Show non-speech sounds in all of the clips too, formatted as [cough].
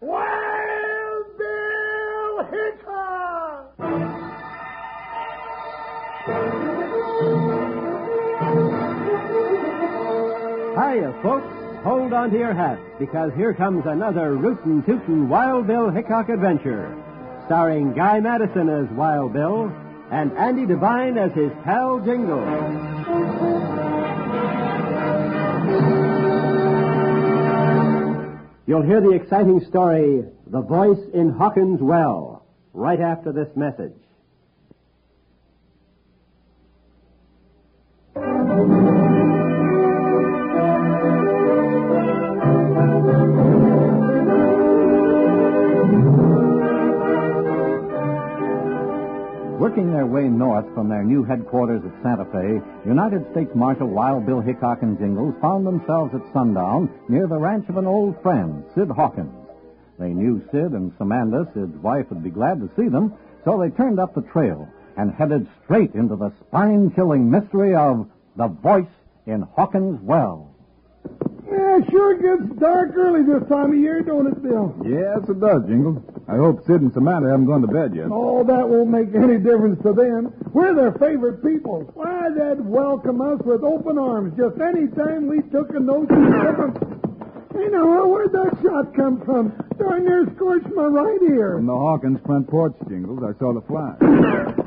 Wild Bill Hickok! Hiya, folks. Hold on to your hats because here comes another rootin' tootin' Wild Bill Hickok adventure. Starring Guy Madison as Wild Bill and Andy Devine as his pal Jingle. You'll hear the exciting story, The Voice in Hawkins Well, right after this message. Working their way north from their new headquarters at Santa Fe, United States Marshal Wild Bill Hickok and Jingles found themselves at sundown near the ranch of an old friend, Sid Hawkins. They knew Sid and Samantha, Sid's wife, would be glad to see them, so they turned up the trail and headed straight into the spine-chilling mystery of the voice in Hawkins Well. Yeah, sure gets dark early this time of year, don't it, Bill? Yes, it does, Jingles. I hope Sid and Samantha haven't gone to bed yet. Oh, that won't make any difference to them. We're their favorite people. Why, they'd welcome us with open arms just any time we took a notion to give 'em. Hey, now, where'd that shot come from? Darn near scorched my right ear. From the Hawkins front porch, Jingles, I saw the fly.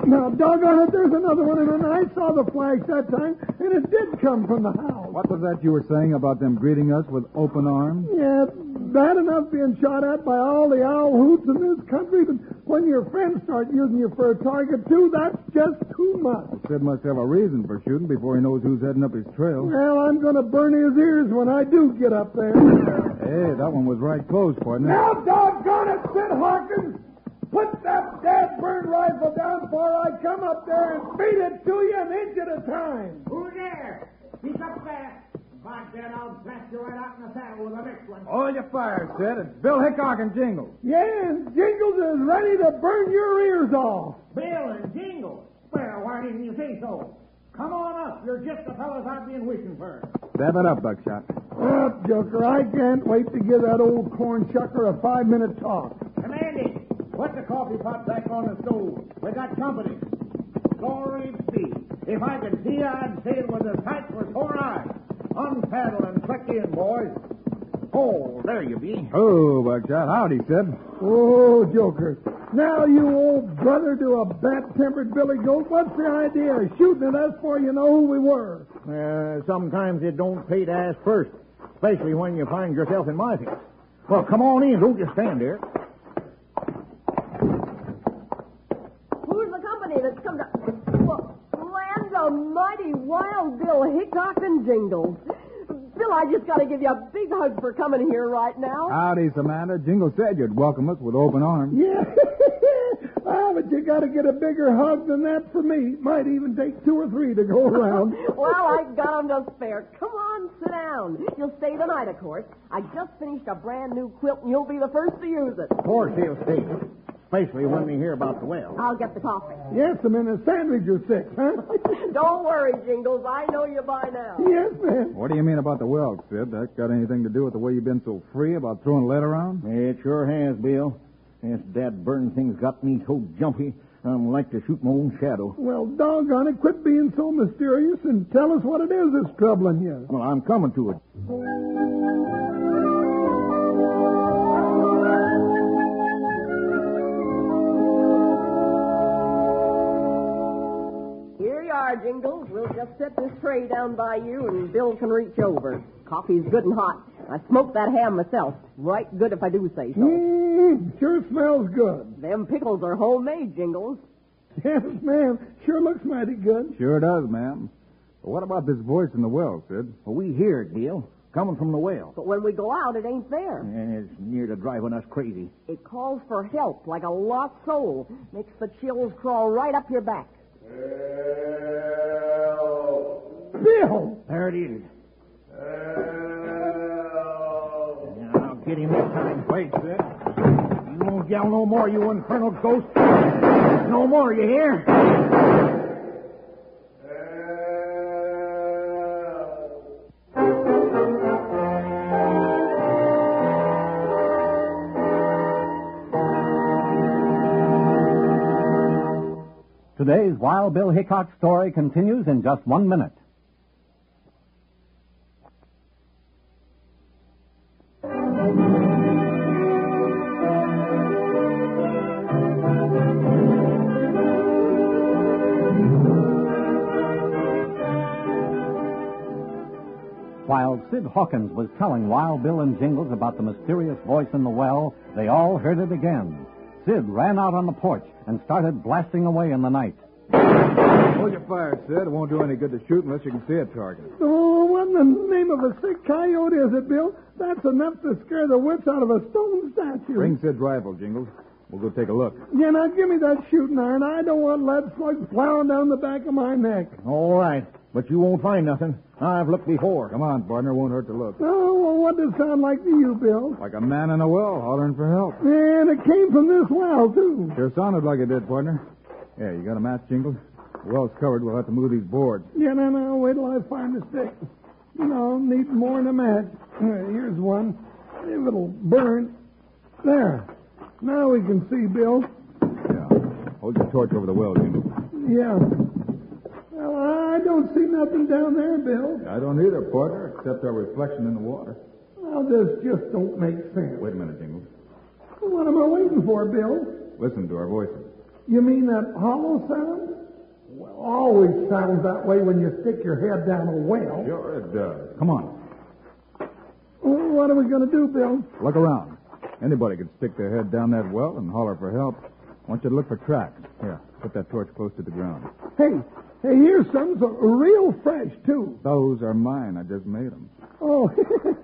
Now, doggone it, there's another one, and I saw the flash that time, and it did come from the house. What was that you were saying about them greeting us with open arms? Yeah, bad enough being shot at by all the owl hoots in this country, but when your friends start using you for a target, too, that's just too much. Sid must have a reason for shooting before he knows who's heading up his trail. Well, I'm going to burn his ears when I do get up there. Hey, that one was right close, partner. now, doggone it, Sid Hawkins! Put that dad burned rifle down before I come up there and beat it to you an inch at a time. Who there? He's up there. By then, I'll blast you right out in the saddle with the next one. Hold your fire, Sid. It's Bill Hickok and Jingles. Yeah, and Jingles is ready to burn your ears off. Bill and Jingle. Well, why didn't you say so? Come on up. You're just the fellows I've been waiting for. Step it up, Buckshot. Up, Joker. I can't wait to give that old corn chucker a five minute talk. Commandy, put the coffee pot back on the stove. We got company. Glory be. If I could see, I'd say it was as tight for four eyes. Unsaddle and click in, boys. Oh, there you be. Oh, Buckshot. Howdy, Sid. Oh, Joker. Now, you old brother to a bat tempered Billy Goat, what's the idea of shooting at us before you know who we were? Uh, sometimes it don't pay to ask first, especially when you find yourself in my fix. Well, come on in. Don't just stand there. Who's the company that's come to. Well, land a mighty wild Bill Hickok and Jingles. Bill, I just got to give you a big hug for coming here right now. Howdy, Samantha. Jingles said you'd welcome us with open arms. Yeah. [laughs] ah, but you gotta get a bigger hug than that for me. Might even take two or three to go around. well, I got 'em to spare. Come on, sit down. You'll stay the night, of course. I just finished a brand new quilt, and you'll be the first to use it. Of course he'll stay. Especially when we hear about the well. I'll get the coffee. yes, I'm in a sandwich or six, [laughs] huh? Don't worry, Jingles. I know you by now. yes, man. What do you mean about the well, Sid? That got anything to do with the way you've been so free about throwing lead around? It sure has, Bill. This dad burn thing's got me so jumpy, I'm like to shoot my own shadow. Well, doggone it, quit being so mysterious and tell us what it is that's troubling you. Well, I'm coming to it. Here you are, Jingles. We'll just set this tray down by you, and Bill can reach over. Coffee's good and hot. I smoked that ham myself. Right good if I do say so. Mm, sure smells good. Them pickles are homemade, Jingles. Yes, ma'am. Sure looks mighty good. Sure does, ma'am. But what about this voice in the well, Sid? Well, we hear it, Bill. coming from the well. But when we go out, it ain't there. And it's near to driving us crazy. It calls for help like a lost soul. Makes the chills crawl right up your back. Bill! There it is. Yeah, I'll get him this time. Wait, Sid. You won't yell no more, you infernal ghost. No more, you hear? Today's Wild Bill Hickok story continues in just one minute. While Sid Hawkins was telling Wild Bill and Jingles about the mysterious voice in the well, they all heard it again. Sid ran out on the porch and started blasting away in the night. Hold your fire, Sid. It won't do any good to shoot unless you can see a target. Oh, what in the name of a sick coyote is it, Bill? That's enough to scare the wits out of a stone statue. Bring Sid's rifle, Jingles. We'll go take a look. Yeah, now give me that shooting iron. I don't want lead slugs plowing down the back of my neck. All right, but you won't find nothing. I've looked before. Come on, partner. Won't hurt to look. Oh, well, what does it sound like to you, Bill? Like a man in a well hollering for help. And it came from this well, too. Sure sounded like it did, partner. Yeah, you got a match, Jingles? The well's covered. We'll have to move these boards. Yeah, no, no, wait till I find a stick. You know, need more than a match. Uh, Here's one. If it'll burn. There. Now we can see, Bill. Yeah. Hold your torch over the well, Jingles. Yeah. Well, I don't see nothing down there, Bill. I don't either, partner, except our reflection in the water. Now, this just don't make sense. Wait a minute, Jingles. What am I waiting for, Bill? Listen to our voices. You mean that hollow sound? Well, always sounds that way when you stick your head down a well. Sure it does. Come on. Well, what are we going to do, Bill? Look around. Anybody could stick their head down that well and holler for help. I want you to look for tracks. Here, put that torch close to the ground. Hey, hey, here's some so- real fresh, too. Those are mine. I just made them. Oh, [laughs]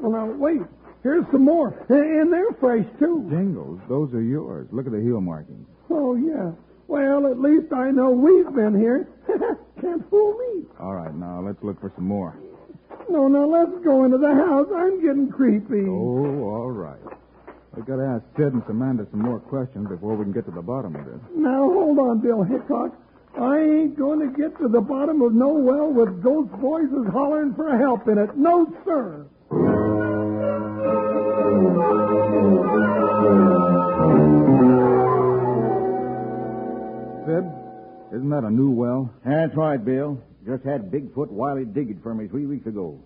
well, now, wait. Here's some more. A- And they're fresh, too. Jingles, those are yours. Look at the heel markings. Oh, yeah. Well, at least I know we've been here. [laughs] Can't fool me. All right, now let's look for some more. No, no, let's go into the house. I'm getting creepy. Oh, all right. We've got to ask Sid and Samantha some more questions before we can get to the bottom of this. Now, hold on, Bill Hickok. I ain't going to get to the bottom of no well with ghost voices hollering for help in it. No, sir. Sid, isn't that a new well? That's right, Bill. Just had Bigfoot Wiley dig it for me three weeks ago.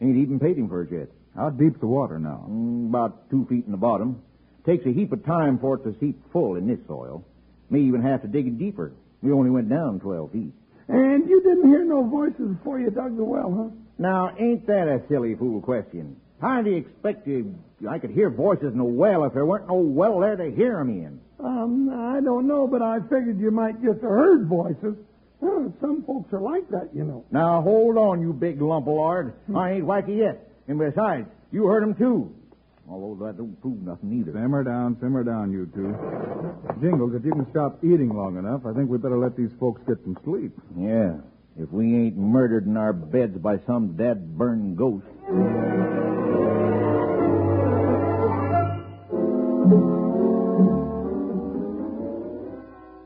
Ain't even paid him for it yet. How deep's the water now? Mm, about two feet in the bottom. Takes a heap of time for it to seep full in this soil. May even have to dig it deeper. We only went down 12 feet. And you didn't hear no voices before you dug the well, huh? Now, ain't that a silly fool question? How do you expect you, I could hear voices in a well if there weren't no well there to hear 'em in? Um, I don't know, but I figured you might just have heard voices. Huh, some folks are like that, you know. Now, hold on, you big lump of lard. I ain't wacky yet. And besides, you heard 'em too. Although that don't prove nothing either. Simmer down, simmer down, you two. Jingles, if you can stop eating long enough, I think we'd better let these folks get some sleep. Yeah, if we ain't murdered in our beds by some dead burned ghost.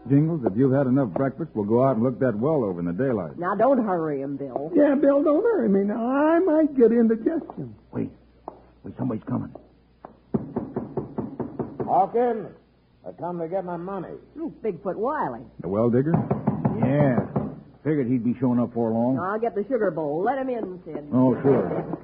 Jingles, if you've had enough breakfast, we'll go out and look that well over in the daylight. Now, don't hurry him, Bill. Yeah, Bill, don't hurry me now. I might get indigestion. Wait, wait, somebody's coming. Hawkins, I come to get my money. Ooh, Bigfoot Wiley. The well digger? Yeah, figured he'd be showing up for long. I'll get the sugar bowl. Let him in, Sid. Oh, sure.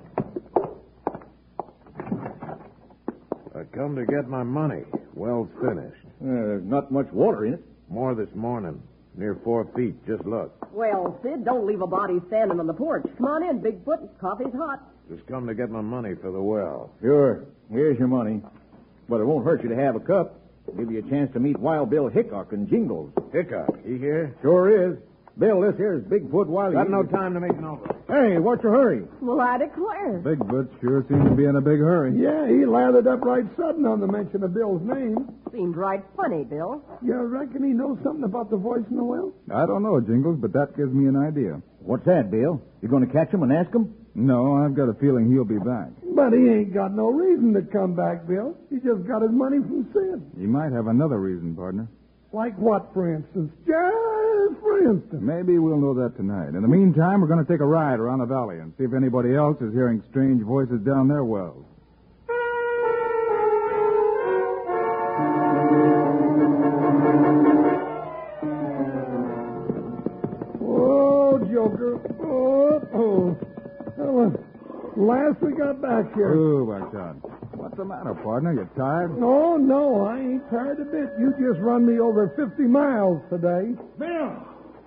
I come to get my money. Well's finished. Uh, there's not much water in it. More this morning. Near four feet. Just look. Well, Sid, don't leave a body standing on the porch. Come on in, Bigfoot. Coffee's hot. Just come to get my money for the well. Sure, here's your money. But it won't hurt you to have a cup. Give you a chance to meet Wild Bill Hickok and Jingles. Hickok, he here? Sure is. Bill, this here's Bigfoot Wiley. Got no time to make an outlaw. Hey, what's your hurry? Well, I declare. Bigfoot sure seems to be in a big hurry. Yeah, he lathered up right sudden on the mention of Bill's name. Seemed right funny, Bill. You reckon he knows something about the voice in the well? I don't know, Jingles, but that gives me an idea. What's that, Bill? You going to catch him and ask him? No, I've got a feeling he'll be back. But he ain't got no reason to come back, Bill. He just got his money from Sid. He might have another reason, partner. Like what, for instance? Just for instance. Maybe we'll know that tonight. In the meantime, we're going to take a ride around the valley and see if anybody else is hearing strange voices down their wells. Oh, Joker. Oh, oh. Well, uh, last we got back here. Ooh, Buckshot. What's the matter, partner? You tired? No, Oh, no, I ain't tired a bit. You just run me over 50 miles today. Bill!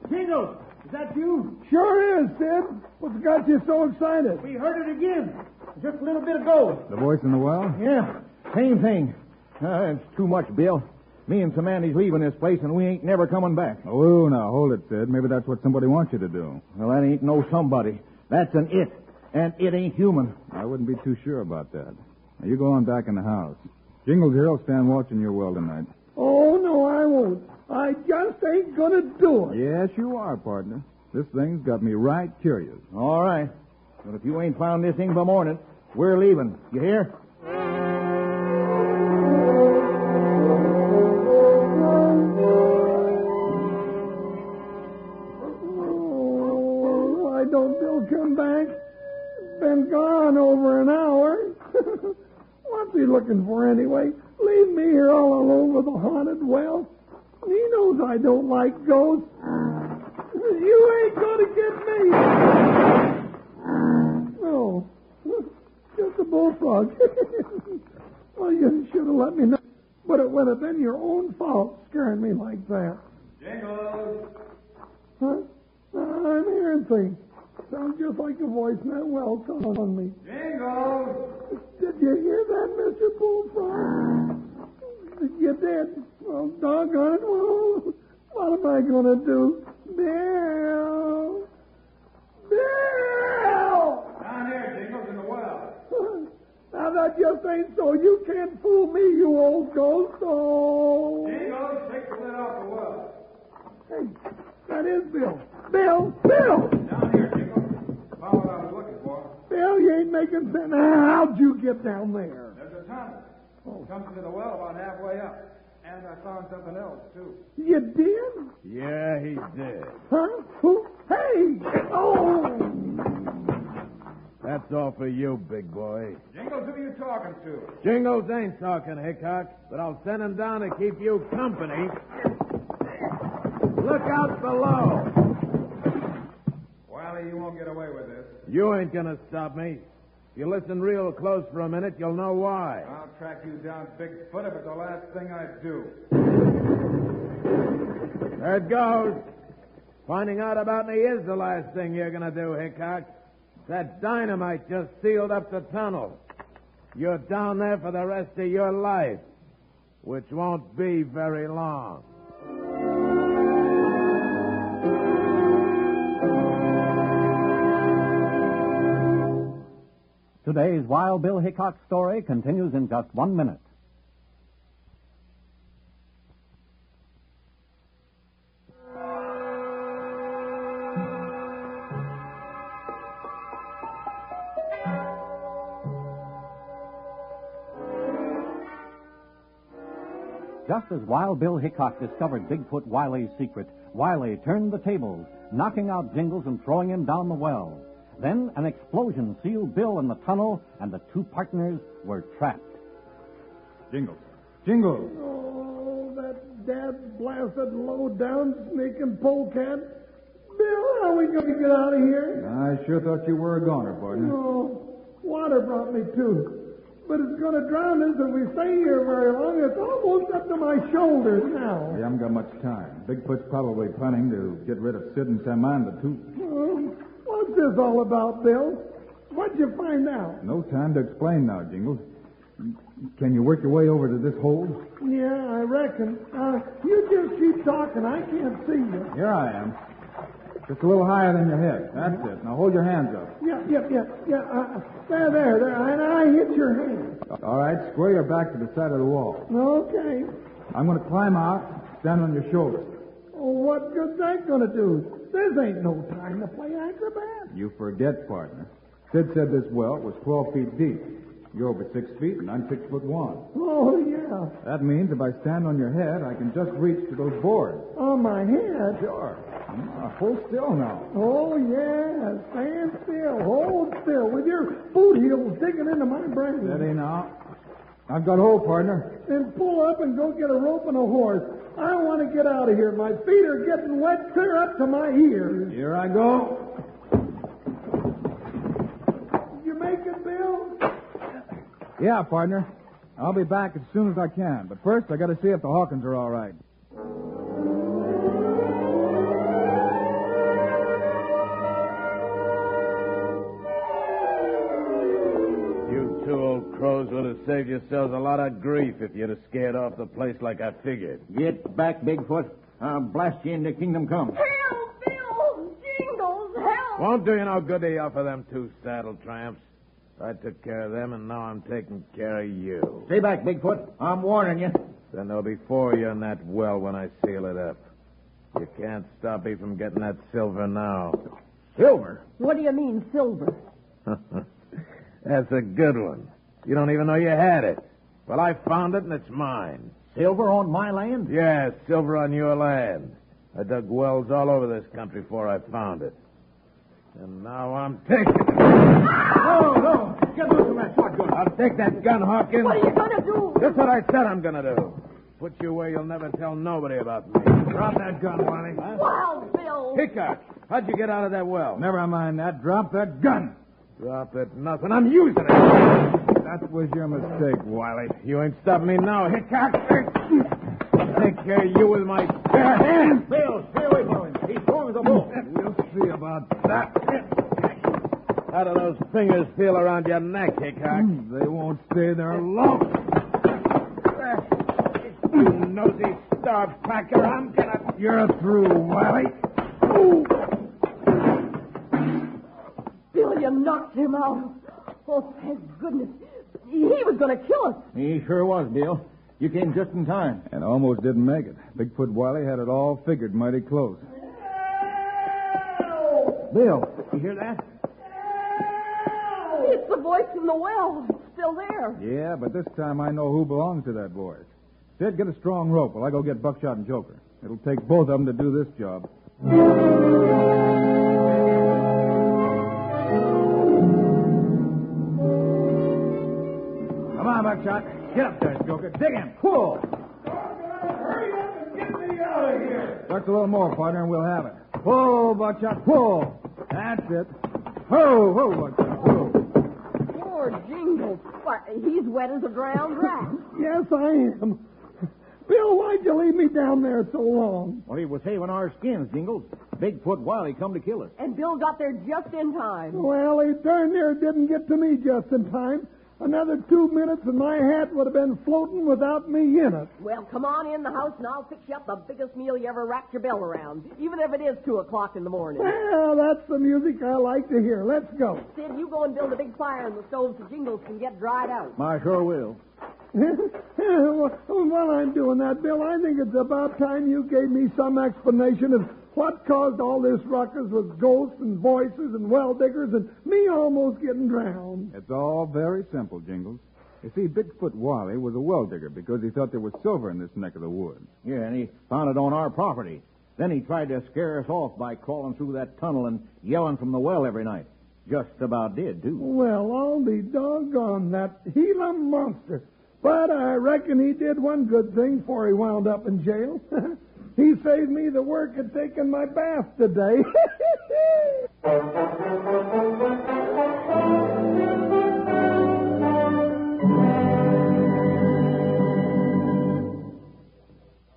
Jingles! Is that you? Sure is, Sid. What's got you so excited? We heard it again. Just a little bit ago. The voice in the well? Yeah, same thing. Uh, it's too much, Bill. Me and Samanti's leaving this place, and we ain't never coming back. Oh, now hold it, Sid. Maybe that's what somebody wants you to do. Well, that ain't no somebody. That's an it, and it ain't human. I wouldn't be too sure about that. Now, you go on back in the house. Jingles here will stand watching your well tonight. Oh, no, I won't. I just ain't gonna do it. Yes, you are, partner. This thing's got me right curious. All right. But if you ain't found this thing by morning, we're leaving. You hear? Oh, why don't Bill come back? Been gone over an hour. [laughs] What's he looking for anyway? Leave me here all alone with a haunted well. He knows I don't like ghosts. You ain't gonna get me. No, just a bullfrog. [laughs] well, you should have let me know. But it would have been your own fault scaring me like that. Jingles. Huh? Uh, I'm hearing things. Sounds just like a voice in that well calling me. Did you hear that, Mr. Bullfrog? You did. Well, doggone it. Well, what am I going to do? Bill! Bill! Down here, Jingles, in the well. Now, that just ain't so. You can't fool me, you old ghost. Oh. Jingles, take the lid off the well. Hey, that is Bill. Bill! Bill! Down here, Jingles. Found what I was looking for. Bill, you ain't making sense. How'd you get down there? There's a tunnel. Comes into the well about halfway up. And I found something else, too. You did? Yeah, he's dead. Huh? Who? Hey! Oh! That's all for you, big boy. Jingles, who are you talking to? Jingles ain't talking, Hickok, but I'll send him down to keep you company. Look out below. Wiley, you won't get away with this. You ain't gonna stop me. If you listen real close for a minute, you'll know why. I'll track you down, Bigfoot, if it's the last thing I do. There it goes. Finding out about me is the last thing you're gonna do, Hickok. That dynamite just sealed up the tunnel. You're down there for the rest of your life, which won't be very long. Today's Wild Bill Hickok story continues in just one minute. Just as Wild Bill Hickok discovered Bigfoot Wiley's secret, Wiley turned the tables, knocking out Jingles and throwing him down the well. Then an explosion sealed Bill in the tunnel, and the two partners were trapped. Jingles. Jingles! Oh, that dad blasted low down sneaking polecat. Bill, how are we going to get out of here? I sure thought you were a goner, partner. Oh, water brought me to. But it's going to drown us if we stay here very long. It's almost up to my shoulders now. We haven't got much time. Bigfoot's probably planning to get rid of Sid and Saman, the two. Um, what's this all about, Bill? What'd you find out? No time to explain now, Jingles. Can you work your way over to this hole? Yeah, I reckon. Uh, you just keep talking. I can't see you. Here I am. Just a little higher than your head. That's it. Now hold your hands up. Yeah, yeah, yeah, yeah. Uh, there, there, there. And I hit your hand. All right, square your back to the side of the wall. Okay. I'm going to climb out, stand on your shoulder. Oh, what good's that gonna do? This ain't no time to play acrobats. You forget, partner. Sid said this well was 12 feet deep. You're over six feet, and I'm six foot one. Oh yeah. That means if I stand on your head, I can just reach to those boards. On my head. Sure. Now, hold still now. Oh yeah. Stand still. Hold still. With your boot heels digging into my brain. Steady now. I've got hold, partner. Then pull up and go get a rope and a horse. I want to get out of here. My feet are getting wet clear up to my ears. Here I go. Did you make it, Bill? Yeah, partner. I'll be back as soon as I can. But first, I got to see if the Hawkins are all right. You two old crows would have saved yourselves a lot of grief if you'd have scared off the place like I figured. Get back, Bigfoot. I'll blast you into Kingdom Come. Help, Bill! Jingles, help! Won't do you no good to offer them two saddle tramps. I took care of them, and now I'm taking care of you. Stay back, Bigfoot. I'm warning you. Then there'll be four of you in that well when I seal it up. You can't stop me from getting that silver now. Silver? What do you mean, silver? That's a good one. You don't even know you had it. Well, I found it, and it's mine. Silver on my land? Yeah, silver on your land. I dug wells all over this country before I found it. And now I'm taking No, no. Get loose from that shotgun. I'll take that gun, Hawkins. What are you gonna do? That's what I said I'm gonna do. Put you where you'll never tell nobody about me. Drop that gun, Lonnie. Wild Bill! Hickok, how'd you get out of that well? Never mind that. Drop that gun. Drop it, nothing. I'm using it. That was your mistake, Wiley. You ain't stopping me now, Hickok. I'll Take care of you with my bare hands. Bill, stay away from him. He's strong as a bull. We'll see about that. How do those fingers feel around your neck, Hmm. Hickok? They won't stay there long. You nosy starved packer. I'm gonna. You're through, Wiley. Bill, you knocked him out. Oh, thank goodness. He was gonna kill us. He sure was, Bill. You came just in time. And almost didn't make it. Bigfoot Wiley had it all figured mighty close. Bill, you hear that? It's the voice from the well. It's still there. Yeah, but this time I know who belongs to that voice. Sid, get a strong rope while I go get Buckshot and Joker. It'll take both of them to do this job. Come on, Buckshot. Get up there, Joker. Dig him. Pull. Hurry up and get me out of here. Work a little more, partner, and we'll have it. Pull, Buckshot, pull. That's it. Ho, ho, Buckshot, ho. Poor Jingles. Why, he's wet as a drowned rat. Yes, I am. Bill, why'd you leave me down there so long? Well, he was saving our skins, Jingles. Bigfoot Wiley come to kill us. And Bill got there just in time. Well, he darn near didn't get to me just in time. Another two minutes and my hat would have been floating without me in it. Well, come on in the house and I'll fix you up the biggest meal you ever wrapped your bill around, even if it is two o'clock in the morning. Well, that's the music I like to hear. Let's go. Sid, you go and build a big fire in the stove so Jingles can get dried out. I sure will. While I'm doing that, Bill, I think it's about time you gave me some explanation of what caused all this ruckus with ghosts and voices and well diggers and me almost getting drowned. It's all very simple, Jingles. You see, Bigfoot Wiley was a well digger because he thought there was silver in this neck of the woods. Yeah, and he found it on our property. Then he tried to scare us off by crawling through that tunnel and yelling from the well every night. Just about did, too. Well, I'll be doggone that Gila monster. But I reckon he did one good thing before he wound up in jail. [laughs] he saved me the work of taking my bath today. [laughs]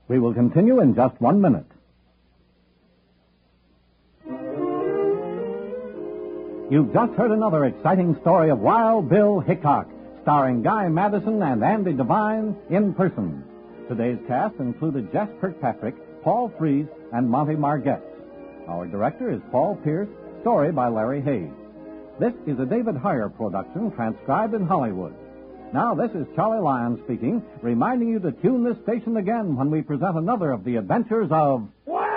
We will continue in just one minute. You've just heard another exciting story of Wild Bill Hickok, starring Guy Madison and Andy Devine in person. Today's cast included Jess Kirkpatrick, Paul Frees, and Monty Margetts. Our director is Paul Pierce, story by Larry Hayes. This is a David Heyer production transcribed in Hollywood. Now, this is Charlie Lyon speaking, reminding you to tune this station again when we present another of the adventures of Wild